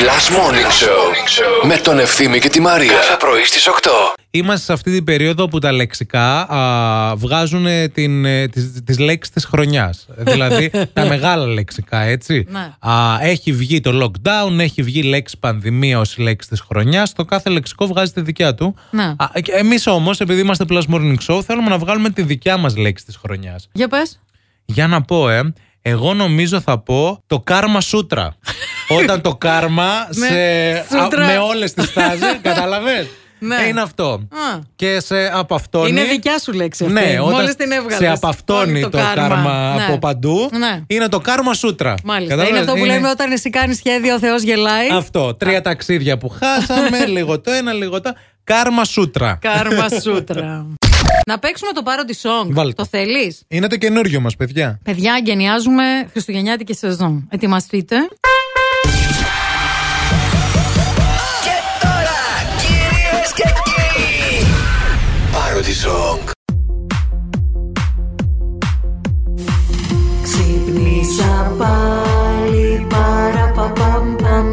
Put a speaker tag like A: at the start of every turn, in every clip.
A: Last Morning Show με τον Ευθύμη και τη Μαρία. Κάθε πρωί στις 8.
B: Είμαστε σε αυτή την περίοδο που τα λεξικά α, βγάζουν την, ε, τις, τις λέξεις της χρονιάς. δηλαδή τα μεγάλα λεξικά, έτσι.
C: Ναι.
B: Α, έχει βγει το lockdown, έχει βγει λέξη πανδημία ως η λέξη της χρονιάς. Το κάθε λεξικό βγάζει τη δικιά του.
C: Ναι.
B: Α, και εμείς όμως, επειδή είμαστε Plus Morning Show, θέλουμε να βγάλουμε τη δικιά μας λέξη της χρονιάς.
C: Για πες.
B: Για να πω, ε, εγώ νομίζω θα πω το κάρμα σούτρα. Όταν το κάρμα
C: Ναι,
B: σε, α,
C: σούτρα.
B: με όλες τις τάζει, κατάλαβες.
C: Ναι.
B: Ε, Είναι αυτό.
C: Α.
B: Και σε απαυτώνει.
C: Είναι δικιά σου λέξη αυτή.
B: Ναι, όταν
C: Μόλις την έβγαλες.
B: σε απαυτώνει
C: Όλο
B: το,
C: το
B: κάρμα,
C: κάρμα. Ναι.
B: από παντού,
C: Ναι.
B: είναι το κάρμα σούτρα.
C: Μάλιστα.
B: Κατάλαβες?
C: Είναι αυτό που
B: Είναι
C: λέμε όταν εσύ κάνεις σχέδιο, ο Θεός γελάει.
B: Αυτό. Τρία ταξίδια που χάσαμε, λίγο το ένα, λίγο το Κάρμα σούτρα.
C: Κάρμα σούτρα. Να παίξουμε το πάροντι song.
B: Βάλτε.
C: Το θέλεις.
B: Είναι το καινούριο μας, παιδιά.
C: Παιδιά, γενιάζουμε Χριστουγεννιάτικη σεζόν. Ετοιμαστείτε.
D: Και τώρα, κυρίες και κύριοι,
A: Parody Song.
E: Ξύπνησα πάλι παραπαπαμ παμ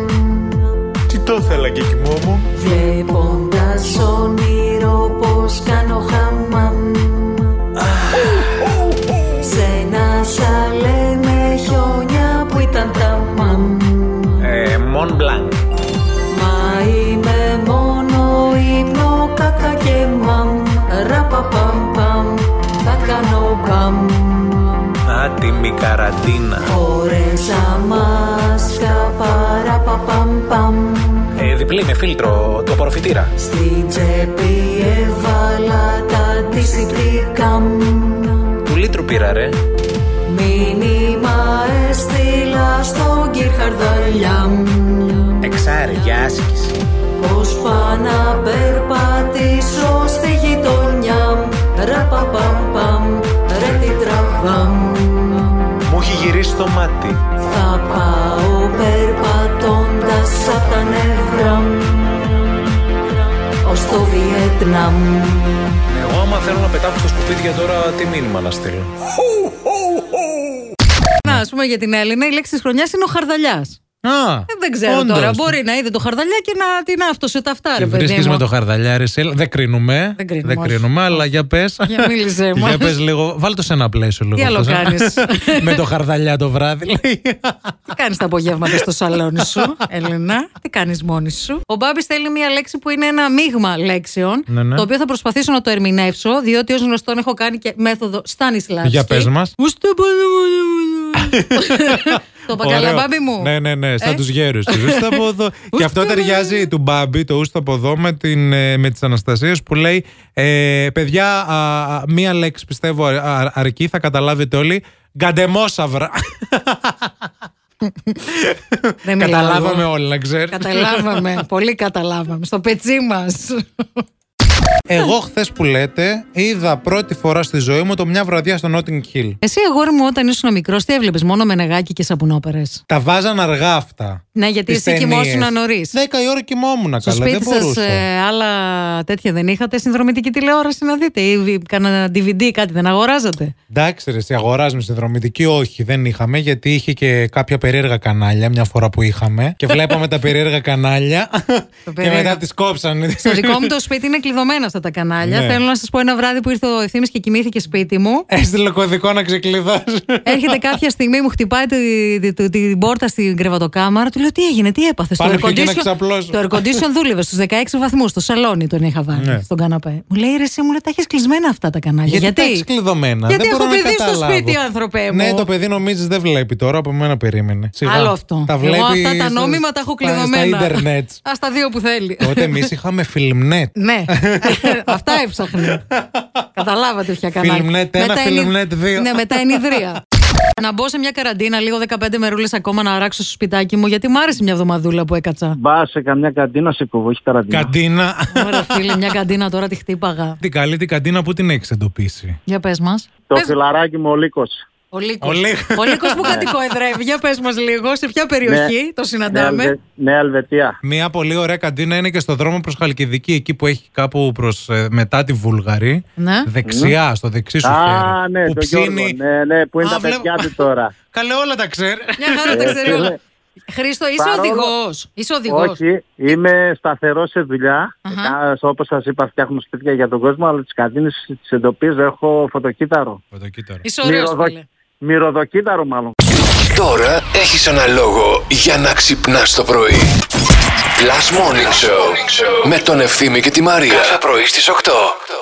F: Τι το ήθελα και κοιμόμουν.
E: Βλέποντας όνειρο πως κάνω χαμαμ Σ' ένα σαλέ με χιόνια που ήταν τα μαμ
F: Ε, Μον Μπλανκ.
E: Μα είμαι μόνο ύπνο κακά και μαμ Ραπαπαμ παμ θα κάνω μπαμ
F: Άτιμη καραντίνα.
E: Ωρέσα μάσκα παραπαπαμπαμ
F: Ε, διπλή με φίλτρο, το απορροφητήρα.
E: Στη τσέπη έβαλα τα αντισηπτικά μου.
F: Του λίτρου πήρα, ρε.
E: Μήνυμα έστειλα στον κυρ Χαρδαλιά μου.
F: Εξάρι, για άσκηση.
E: Πως πάω να περπατήσω στη γειτονιά μου. Ραπαπαμπαμ, ρε τι τραβά μου.
F: Μου έχει γυρίσει το μάτι.
E: Θα πάω περπατώντας απ' τα νεύρα μου Ως το Βιετνάμ
F: Εγώ, άμα θέλω να πετάξω στα σκουπίδια τώρα, τι μήνυμα να στείλω.
C: Να, ας πούμε για την Έλληνα, η λέξη της χρονιάς είναι ο χαρδαλιάς.
B: Α,
C: Ε, Δεν ξέρω
B: όντως.
C: τώρα. Μπορεί να είδε το χαρδαλιά και να την άφτωσε τα αυτά,
B: Τι
C: ρε παιδί.
B: βρίσκεις
C: μου.
B: με το χαρδαλιάρι, σε... δεν κρίνουμε.
C: Δεν κρίνουμε, όχι.
B: αλλά για πες.
C: Για μίλησέ μας.
B: Για πες λίγο. Βάλ το σε ένα πλαίσιο λίγο.
C: Τι άλλο
B: αυτό. ε.
C: κάνεις?
B: με το χαρδαλιά το βράδυ, λέει.
C: Τι κάνεις τα απογεύματα στο σαλόνι σου, Έλενα. Τι κάνεις μόνη σου. Ο Μπάμπης θέλει μία λέξη που είναι ένα μείγμα λέξεων.
B: Ναι, ναι.
C: Το οποίο θα προσπαθήσω να το ερμηνεύσω, διότι ως γνωστόν έχω κάνει και μέθοδο Στάνισλαβσκι.
B: Για πες μας.
C: Ουστε πάνω- Το είπα καλά,
B: Ωραίο.
C: Μπάμπη μου.
B: Ναι, ναι, ναι. Σαν
C: Ε?
B: τους γέρους τους. Ούστα από εδώ. Και αυτό
C: Ούστα από ναι.
B: ταιριάζει του μπάμπι, το ούστα από εδώ, με, την, ε, με τις Αναστασίες που λέει ε, Παιδιά, α, α, μία λέξη πιστεύω αρ- αρ- αρκεί, θα καταλάβετε όλοι. Γκαντεμόσαυρα.
C: Δεν μιλάω
B: Καταλάβαμε
C: Ναι, εγώ.
B: όλοι, να ξέρεις.
C: Καταλάβαμε. Πολύ καταλάβαμε. Στο πετσί μας.
B: Εγώ χθες που λέτε, είδα πρώτη φορά στη ζωή μου το μια βραδιά στο Notting Hill.
C: Εσύ, αγόρι μου, όταν ήσουν μικρός, τι έβλεπες, μόνο με νεγάκι και σαπουνόπερες.
B: Τα βάζαν αργά αυτά.
C: Ναι, γιατί
B: Τις
C: εσύ
B: ταινίες.
C: κοιμόσουν νωρίς.
B: Δέκα η ώρα κοιμόμουν
C: Στο
B: καλά, δεν
C: σπίτι σας
B: μπορούσα.
C: ε, άλλα τέτοια δεν είχατε. Συνδρομητική τηλεόραση να δείτε ή βι- κανένα DVD, κάτι δεν αγοράζατε.
B: Εντάξει, ρε, εσύ αγοράζουμε συνδρομητική. Όχι, δεν είχαμε, γιατί είχε και κάποια περίεργα κανάλια μια φορά που είχαμε. Και βλέπαμε τα περίεργα κανάλια. και
C: περίεργο.
B: μετά τις κόψανε.
C: Στο δικό μου το σπίτι είναι κλειδωμένα αυτά τα κανάλια.
B: Ναι.
C: Θέλω να σας πω ένα βράδυ που ήρθε ο ευθύνη και κοιμήθηκε σπίτι μου.
B: Έστειλε κωδικό να ξεκλειδώσει.
C: Έρχεται κάποια στιγμή, μου χτυπάει τη- τη- τη- την πόρτα στην κρεβατοκάμαρα. Του λέω τι έγινε, τι έπαθες. Το
B: Πάνω
C: air
B: πιο εκεί να
C: condition-
B: ξαπλώσω.
C: το air condition δούλευε στους 16 βαθμούς, στο σαλόνι τον είχα βάλει,
B: Ναι.
C: στον καναπέ. Μου λέει ρε, εσύ μου λέει, τα έχεις κλεισμένα αυτά τα κανάλια.
B: Γιατί, τα έχεις κλειδωμένα.
C: Γιατί
B: δεν
C: έχω
B: μπορώ να
C: παιδί στο
B: καταλάβω.
C: σπίτι, άνθρωπέ μου.
B: Ναι, το παιδί νομίζεις δεν βλέπει τώρα, από μένα περίμενε. Σιγά.
C: Άλλο αυτό.
B: Τα βλέπει
C: Εγώ αυτά τα
B: στα-
C: νόμιμα τα έχω
B: στα-
C: κλειδωμένα.
B: Στα Ιντερνετ.
C: Ας τα δύο που θέλει.
B: Τότε εμείς είχαμε φιλμνετ.
C: ναι, αυτά έψαχνε. Καταλάβατε ποια κανάλια.
B: Φιλμνέτ ένα,
C: Μετά εν-
B: Φιλμνέτ δύο.
C: Ναι, μετά είναι ιδρία. Να μπω σε μια καραντίνα, λίγο 15 μερούλες ακόμα να αράξω στο σπιτάκι μου, γιατί μου άρεσε μια εβδομαδούλα που έκατσα.
G: Μπα σε καμιά καντίνα σε κόβω, όχι ταραντίνα.
B: Καντίνα.
C: Ωραία, φίλε, μια καντίνα τώρα τη χτύπαγα.
B: Την καλή την καντίνα που την έχεις εντοπίσει.
C: Για πες μας.
G: Το φιλαράκι μου ο Λύκος.
C: Ο Λύκος.
B: Ο Λύκος.
C: Ο Λύκος που κατοικοεδρεύει. Για πες μας λίγο, σε ποια περιοχή
G: Ναι.
C: το συναντάμε.
G: Νέα Ελβε- Νέα Ελβετία.
B: Μια πολύ ωραία καντίνα είναι και στο δρόμο προς Χαλκιδική, εκεί που έχει κάπου προς, ε, μετά τη Βουλγαρή.
C: Ναι.
B: Δεξιά, στο δεξί σου
G: Α,
B: χέρι.
G: ναι,
B: Ε, που
G: το Γιώργο. Ναι, ναι, που είναι
B: Α,
G: τα
B: βλέπω-
G: παιδιά του τώρα.
B: Καλέ, όλα τα ξέρει.
C: Μια χαρά τα
G: Ε,
C: ξέρει
G: του
C: όλα.
G: λέ-
C: Χρήστο, είσαι
G: Παρόλο-
C: οδηγός. Είσαι οδηγός.
G: Όχι, είμαι σταθερό σε δουλειά. Ε,
C: Αχα.
G: Όπως σας είπα, φτιάχνω σπίτια για τον κόσμο, αλλά τις κατίνε τις εντοπίζω. Έχω φωτοκύτταρο.
B: Φωτοκύτταρο.
C: Είσαι ωραίος,
G: Μυρωδο-
C: φίλε.
G: Μυρωδοκύτταρο, μάλλον.
A: Τώρα έχεις ένα λόγο για να ξυπνάς το πρωί. Last Morning Show με τον Ευθύμη και τη Μαρία. Κάθε πρωί στις 8.